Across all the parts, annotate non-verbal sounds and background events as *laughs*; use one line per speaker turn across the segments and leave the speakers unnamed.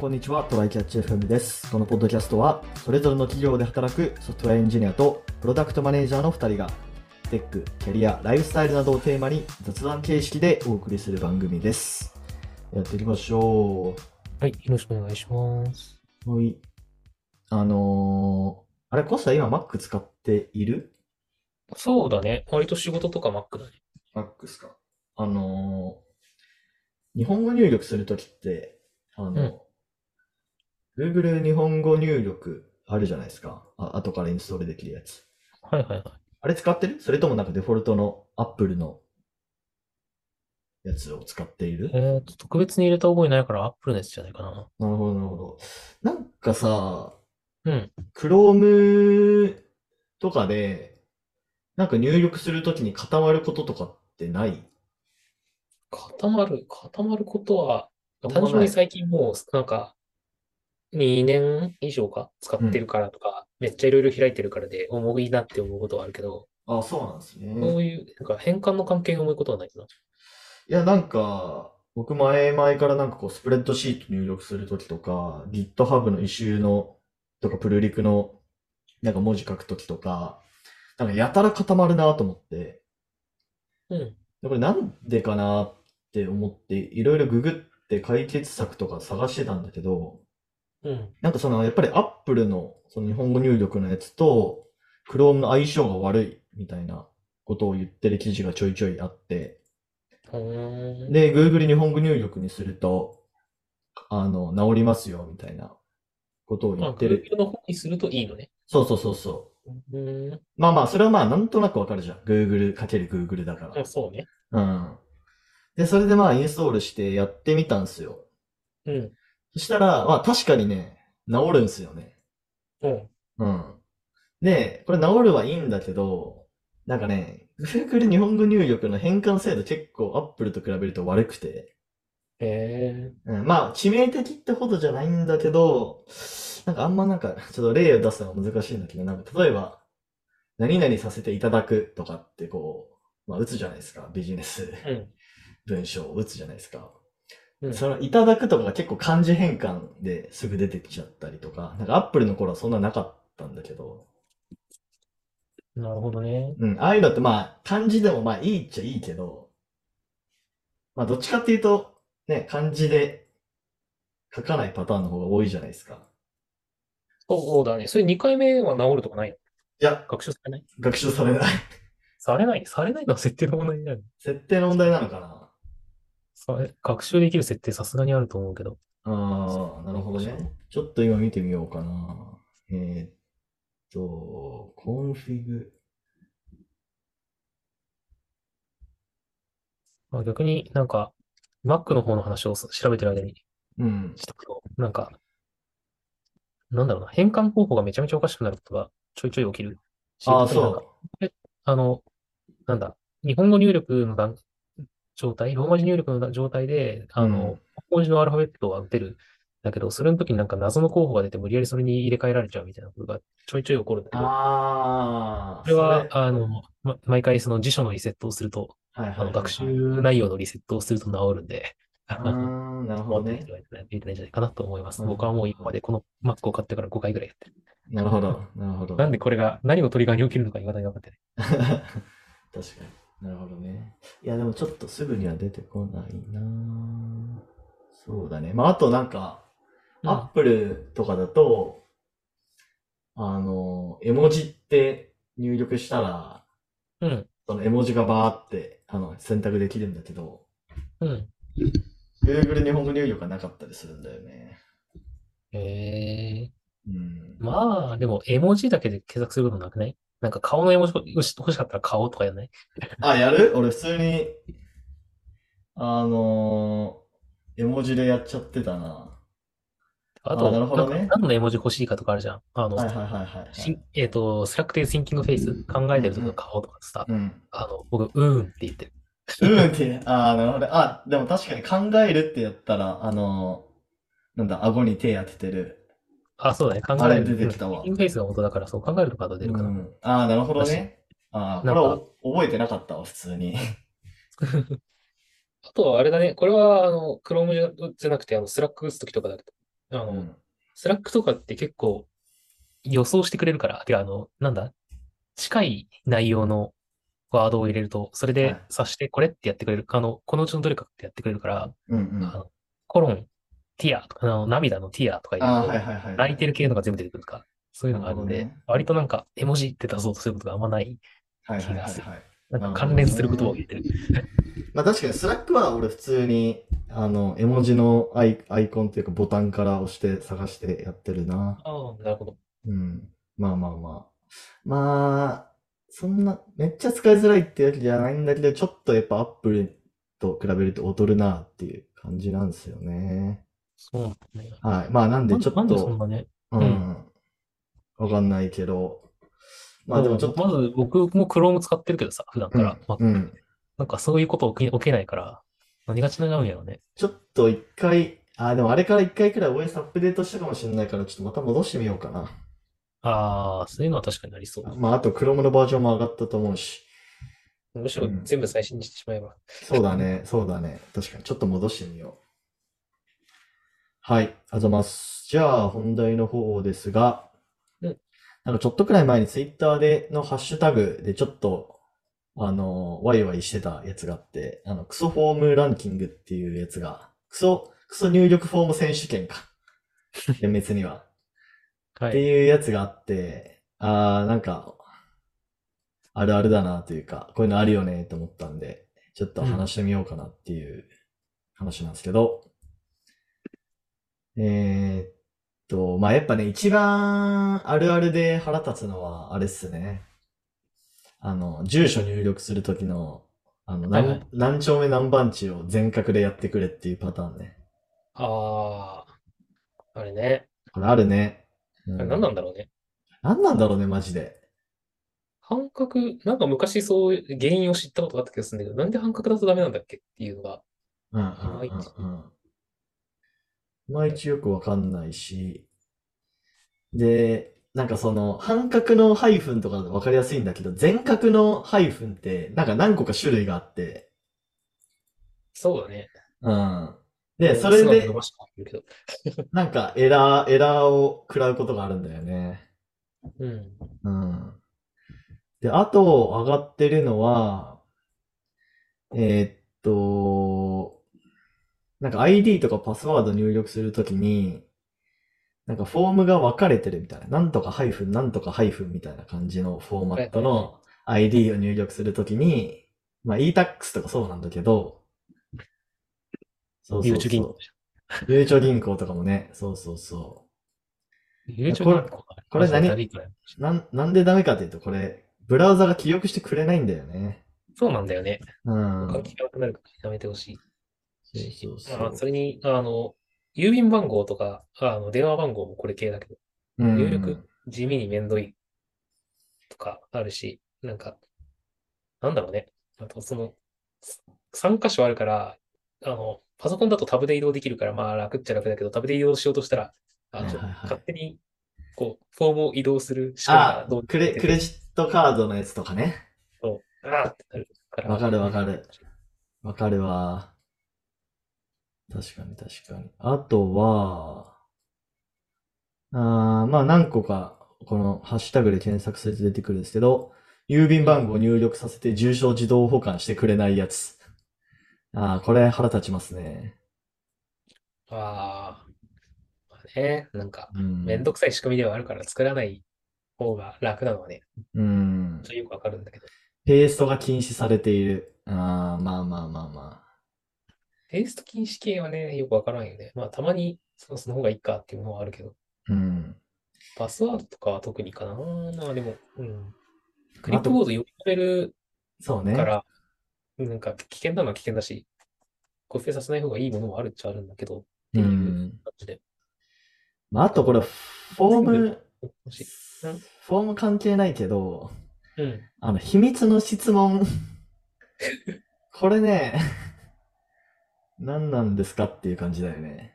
こんにちは、トライキャッチ FM です。このポッドキャストは、それぞれの企業で働くソフトウェアエンジニアとプロダクトマネージャーの2人が、テック、キャリア、ライフスタイルなどをテーマに雑談形式でお送りする番組です。やっていきましょ
はい、よろしくお願いします。
う。はい。あのー、あれ、コスタ今 Mac 使っている
そうだね。割と仕事とか Mac だね。
?Mac ですかあのー、日本語入力するときって、あの、Google 日本語入力あるじゃないですか。あ後からインストールできるやつ。
はいはいはい。
あれ使ってるそれともなんかデフォルトの Apple のやつを使っている
えーと、特別に入れた覚えないから Apple のやつじゃないかな。
なるほど、なるほど。なんかさ、
うん。
Chrome とかで、なんか入力するときに固まることとかってない
固まる、固まることは、
どうも
単純
ない
に最近もう、なんか、2年以上か使ってるからとか、めっちゃいろいろ開いてるからで、重いなって思うことはあるけど、
あ、そうなんです
そ
ね。
ういう、なんか変換の関係が重いことはないな。
いや、なんか、僕前々からなんかこう、スプレッドシート入力するときとか、GitHub のイシューの、とか、プルリクの、なんか文字書くときとか、なんかやたら固まるなと思って、
うん。
これなんでかなって思って、いろいろググって解決策とか探してたんだけど、
うん。
なんかその、やっぱり Apple のその日本語入力のやつと、Chrome の相性が悪いみたいなことを言ってる記事がちょいちょいあって、
ほーん。
で、Google 日本語入力にすると、あの、治りますよみたいなことを
ま
言
あ、
ってる。
Google の方にするといいのね。
そうそうそうそう
ーん。
う。まあまあ、それはまあ、なんとなくわかるじゃん。Google×Google だから
あ、。そうね。
うん。で、それでまあ、インストールしてやってみたんすよ。
うん。
そしたら、まあ確かにね、治るんすよね。
うん。
うん。で、これ治るはいいんだけど、なんかね、Google 日本語入力の変換精度結構 Apple と比べると悪くて、
え
うん、まあ致命的ってほどじゃないんだけど、なんかあんまなんか、ちょっと例を出すのは難しいんだけど、なんか例えば、何々させていただくとかってこう、まあ打つじゃないですか。ビジネス
ー。うん。
文章を打つじゃないですか。
うん
その、いただくとかが結構漢字変換ですぐ出てきちゃったりとか、なんかアップルの頃はそんななかったんだけど、
なるほどね。
うん、ああいうのってまあ、漢字でもまあいいっちゃいいけど、まあどっちかっていうと、ね、漢字で書かないパターンの方が多いじゃないですか。
そうだね。それ2回目は治るとかないの
いや、
学習されない
学習されない。 *laughs*
されないされないのは設定の問題になる。
設定の問題なのかな。
され学習できる設定さすがにあると思うけど。
ああ、なるほどね。ちょっと今見てみようかな。えーっと、コンフィグ。
まあ、逆になんか、Mac の方の話を調べてる間に
うん。
したけど、なんか、なんだろうな、変換方法がめちゃめちゃおかしくなることがちょいちょい起きるし
ああ、
特になん
そう
か。あの、なんだ、日本語入力の段状態、ローマ字入力の状態で、あの、
うん
大文字のアルファベットは打てる。だけど、それの時になんか謎の候補が出て無理やりそれに入れ替えられちゃうみたいなことがちょいちょい起こるんだけど、
ああ、
それは、あの、ま毎回その辞書のリセットをすると、
はいはいはいは
あの、
い
学習内容のリセットをすると治るんで、あ
う
の、
ーん、なるほ
持
ど
ってる
ね
人。がいないといけないんじゃないかなと思います。
うん
僕はもう今までこの Mac を買ってから5回ぐらいやってる。
なるほど、なるほど。
なんでこれが、何をトリガーに起きるのか言わない分かってな
*laughs*
い。
確かに。なるほどね。いや、でもちょっとすぐには出てこないなそうだね。まあ、あとなんか、アップルとかだと、あの、絵文字って入力したら、
うん、
その絵文字がバーって、あの、選択できるんだけど、
うん。
Google 日本語入力がなかったりするんだよね。
ええー。
うん。
まあ、でも、絵文字だけで検索することなくないなんか顔の絵文字欲し欲しかったら顔とかやんない
あ、やる俺普通に、あのー、絵文字でやっちゃってたな。
あと、
なるほどね
なんか何の絵文字欲しいかとかあるじゃん。あの、
はいはいはいはいはい。
しえっと、スラックで thinking face 考えてる時の顔とかさ、
うん。
あの、僕、うーんって言ってる。
うんって、あーなるほど。あ、でも確かに考えるってやったら、あのー、なんだ、顎に手当ててる。
あ、そうだね。考
あ
え
れ
る。
出てきたわ
thinking face が元だから、そう考えるとかと出るか
う
な。
ん、あーなるほどね。あー
なんか
これは覚えてなかったわ、普通に。
あとはあれだね。これは、あの、Chrome じゃなくて、あの、Slack 打つ時とかだけど、あ
う
の、
ん。
スラックとかって結構予想してくれるから、てか、あの、なんだ、近い内容のワードを入れると、それ
は
で
い
察してこれってやってくれる、あの、このうちのどれかってやってくれるから、
うんう
あ
ん。あ
のコロン、ティアとか、あの、涙のティアとか言う
あー、
と、
はいはいはい。
泣いてる系のが全部出てくるから、そういうのがあるの
なる
で、
ほどね
割となんか絵文字って出そうとすることがあんまない、
はいはいは
気が
い
する
はい。
なんか
なるほどね
関連することを言ってる。
まあ確かにスラックは俺普通にあの絵文字のアイアイコンっていうかボタンから押して探してやってるな。
ああ、なるほど。
うん。まあまあまあ。まあ、そんな、めっちゃ使いづらいってわけじゃないんだけど、ちょっとやっぱアップルと比べると劣るなっていう感じなんですよね。
そうなんだね。
はい。まあなんでちょっ
なんでそん
と、
なね。
う
なんで
ん。わかんないけど。まあでもちょっと、
まず僕も Chrome 使ってるけどさ、普段から。まあ
うんうん。
なんかそういうこと起き起きないから、何がちなんやろね。
ちょっと一回、あ、でもあれから一回くらい OS アップデートしたかもしれないから、ちょっとまた戻してみようかな。
ああ、そういうのは確かになりそう。
まあ、あと Chrome のバージョンも上がったと思うし。
むしろ
うん
全部最新にしてしまえば。
そうだね、そうだね。確かに、ちょっと戻してみよう。はい、ありがとうございます。じゃあ、本題の方ですが、
うん
なんかちょっとくらい前に Twitter でのハッシュタグでちょっと、あの、ワイワイしてたやつがあって、あの、クソフォームランキングっていうやつが、クソ、クソ入力フォーム選手権か。厳密には。
は
って
い。
いうやつがあって、あー、なんか、あるあるだなというか、こういうのあるよねと思ったんで、ちょっと話してみようかなっていう話なんですけど、えーっと、まあ、やっぱね、一番あるあるで腹立つのは、あれっすね。あの、住所入力するときの、あの、
はいは
何
い、
何丁目何番地を全角でやってくれっていうパターンね。
ああ、あれね。
これあるね。
あ
うん
れ何なんだろうね。
何なんだろうね、マジで。
半角、なんか昔そういう原因を知ったことがあった気がするんだけど、なんで半角だとダメなんだっけっていうのが。
うんうん
まいち
うんうんいまいちよくわかんないし、で、なんかその、半角のハイフンとかだとわかりやすいんだけど、全角のハイフンって、なんか何個か種類があって、
そうだね。
うん。で、それで
伸、ばしてるけど。
なんかエラー、エラーを食らうことがあるんだよね。
うん。
うん。で、あと、上がってるのは、えーっと、なんか ID とかパスワード入力するときに、なんかフォームが分かれてるみたいな、なんとかハイフン、なんとかハイフンみたいな感じのフォーマットの ID を入力するときに、まあ e-tax とかそうなんだけど、そうそう
ゆ
そう
うちょ銀行。。
ゆうちょ銀行とかもね、そうそうそう。
ゆうちょ銀行だね
これ何
マジでだるいくらい
なん、なんでダメかっていうと、これ、ブラウザが記憶してくれないんだよね。
そうなんだよね。
うん。
僕は聞かなくなるからやめてほしい。
そうそうそう
まあ、それに、あの、郵便番号とか、あの、電話番号もこれ系だけど、
うん
入力地味にめんどいとかあるし、なんか、なんだろうね。あと、その、3箇所あるから、あの、パソコンだとタブで移動できるから、まあ楽っちゃ楽だけど、タブで移動しようとしたら、あの、
はいはいはい
勝手に、こう、フォームを移動する仕組み
あ
がどう、
クレ、クレジットカードのやつとかね。
あーってなるから。
わかるわかる。わかるわ。確かに確かに。あとは、あーまあ何個か、このハッシュタグで検索すると出てくるんですけど、郵便番号入力させて住所を自動保管してくれないやつ。ああ、これ腹立ちますね。
あーまあ、ね、なんか、
うん。
めんどくさい仕組みではあるから作らない方が楽なのはね、
うん
ちょっ。とよくわかるんだけど。
ペーストが禁止されている。ああ、まあまあまあま
ペースト禁止系はね、よくわからんよね。まあ、たまにそその方がいいかっていうのはあるけど、
あ。うん。
パスワードとかは特にかな。まあでも、うん。クリップボード読み取れる
そうね。
から、なんか危険なのは危険だし、コピペさせない方がいいものもあるっちゃあるんだけど、っ
う。
ていうん感じで。
まあ、あとこれ、フォーム、
もしうん
フォーム関係ないけど、
うん。
あの、秘密の質
*laughs*
問。これね、何なんですかっていう感じだよね。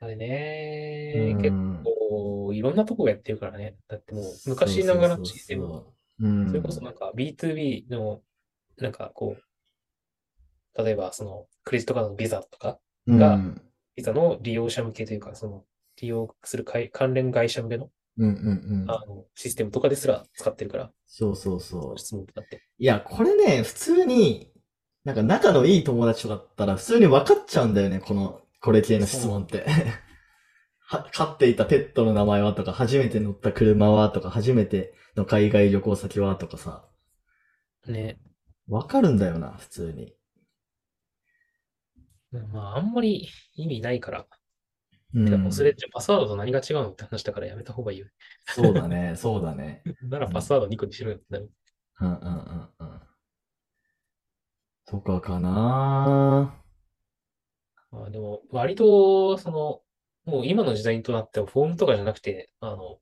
あれね、結
うん
構いろんなとこがやってるからね。だってもう昔ながらのシステム
そうそうそううん。
それこそなんか B2B の、なんかこう、例えばそのクレジットカードのビザとか
うん
がビザの利用者向けというか、その、利用する会関連会社向けの
うんうんうん。
あのシステムとかですら使ってるから、
そうそうそう。
質問だって。
いや、これね、普通に、なんか仲のいい友達とかだったら普通に分かっちゃうんだよね、この、これ系の質問って。 *laughs* は飼っていたペットの名前はとか、初めて乗った車はとか、初めての海外旅行先はとかさ、
ね。
分かるんだよな、普通に。
まあ、あんまり意味ないから。
う
てか
ん
もうそれじゃパスワードと何が違うのって話だからやめた方がいいよ。 *laughs*
そうだ *laughs* ね、そうだね。
ならパスワード2個にしろよってなる。
うんうんうんうん。とかかな
まあ、でも、割と、その、もう今の時代となってはフォームとかじゃなくて、あの、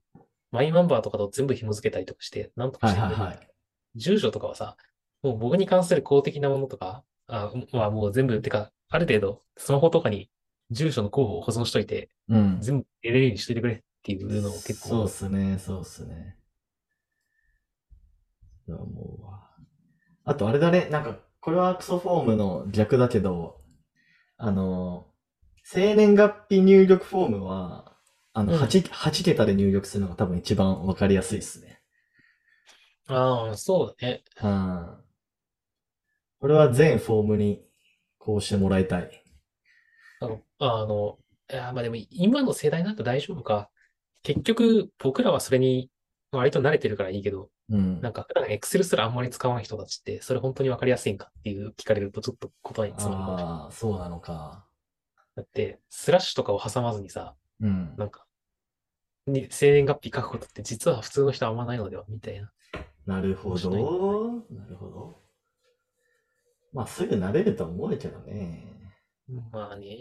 マイナンバーとかと全部紐付けたりとかして、なんとか
は
し
い
てく
は
れ
い
る
はい。
住所とかはさ、もう僕に関する公的なものとか、あ、まあもう全部、てか、ある程度、スマホとかに住所の候補を保存しといて、
うん。
全部入れれるようにしといてくれっていうのを結
そうっ
構、
すね、そうっすね。そう思うわ。あとあれだね、なんか、これはクソフォームの逆だけど、あの、生年月日入力フォームは、あの
うん
8,、8桁で入力するのが多分一番わかりやすいっすね。
ああ、そうだね。
うん。これは全フォームにこうしてもらいたい。
あの、あの、いやまあでも今の世代なんて大丈夫か。結局、僕らはそれに割と慣れてるからいいけど、
うん。
なんか普段 Excel すらあんまり使わない人たちって、それ本当にわかりやすいんかっていう聞かれるとちょっと言葉に詰まるかもしれない。
ああ、そうなのか。
だって、スラッシュとかを挟まずにさ、
うん。
なんか、に生年月日書くことって実は普通の人はあんまないのではみたいな。
なるほど。なるほど。まあ、すぐ慣れるとは思うけどね。
まあね。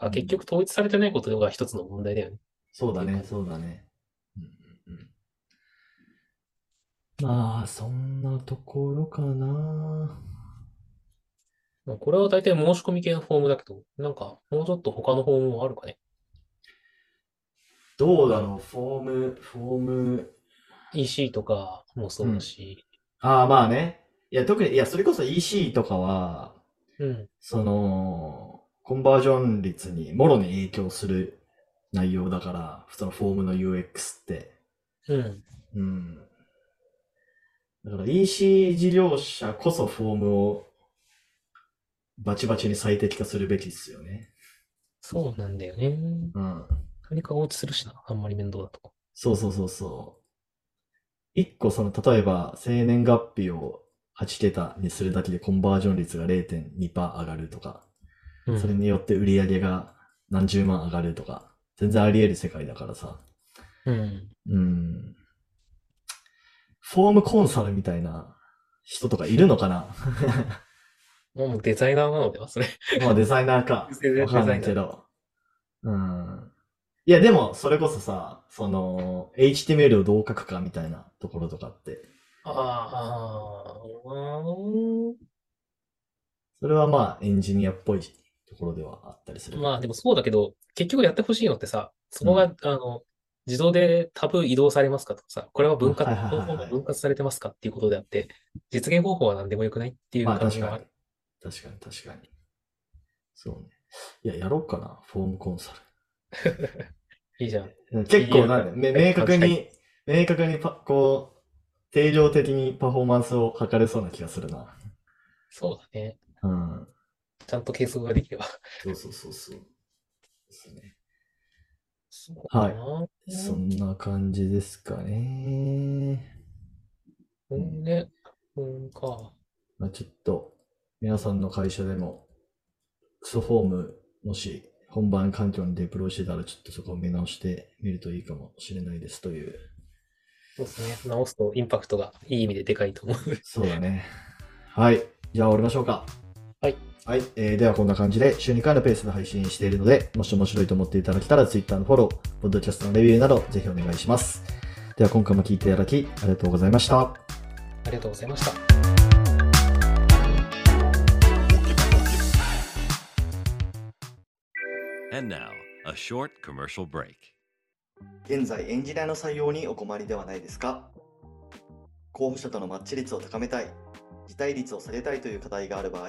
う
あ、
ん
結局統一されてないことが一つの問題だよね。
そうだね、そうだね。うんうんうんまあ、そんなところかな。
まあ、これは大体申し込み系のフォームだけど、なんかもうちょっと他のフォームもあるかね。
どうだろう、フォーム、フォーム。
EC とかもそうだし。
ああ、まあね。いや、特に、いや、それこそ EC とかは、
うん。
その、コンバージョン率に、もろに影響する内容だから、そのフォームの UX って。
うん。
うん。だから EC 事業者こそフォームをバチバチに最適化するべきですよね。
そうなんだよね。
うん。
何か放置するしな。あんまり面倒だと。
そうそうそうそう。一個その、例えば生年月日を8桁にするだけでコンバージョン率が0.2%上がるとか、
うん
それによって売り上げが何十万上がるとか、全然あり得る世界だからさ。
うん。
うん。フォームコンサルみたいな人とかいるのか
*laughs*
な
もうデザイナーなのでは、それ。。
まあデザイナーか
全然
わかんないけど。うん。いや、でも、それこそさ、その、HTML をどう書くかみたいなところとかって、
ああ、うん
それはまあエンジニアっぽいところではあったりする。
まあでもそうだけど、結局やってほしいのってさ、そこが、あの、自動でタブ移動されますかとかさ、これは分割、
はいはいはいはい
どう分割されてますかっていうことであって、実現方法は何でもよくないっていう
まあ
感
確
じが
か
あ
に
る。。
確かに確かに。そうね。いや、やろうかな、フォームコンサ
いいじゃん。
ル。結構なんだ、
い
め
いよ
明確
はい
に、明確にパ、こう、定量的にパフォーマンスを測れそうな気がするな。
そうだね。
うん。
ちゃんと計測ができれば。
そうそうそうそう。ですね。
そう
はい
だな。
そんな感じですかね。
ほんで、うんか。
まあ、ちょっと、皆さんの会社でも、クソフォーム、もし本番環境にデプロイしてたら、ちょっとそこを見直してみるといいかもしれないですと
*laughs*
いう。
そうですね。直すとインパクトがいい意味ででかいと思う。
そうだね。はい。じゃあ終わりましょうか。
はい。
はい。えーではこんな感じで、週2回のペースで配信しているので、もし面白いと思っていただけたら、Twitter のフォロー、ポッドキャストのレビューなど、ぜひお願いします。では今回も聞いていただき、ありがとうございました。
ありがとうございました。
And now, a short commercial break.
現在エンジニアの採用にお困りではないですか候補者とのマッチ率を高めたい辞退率を下げたいという課題がある場合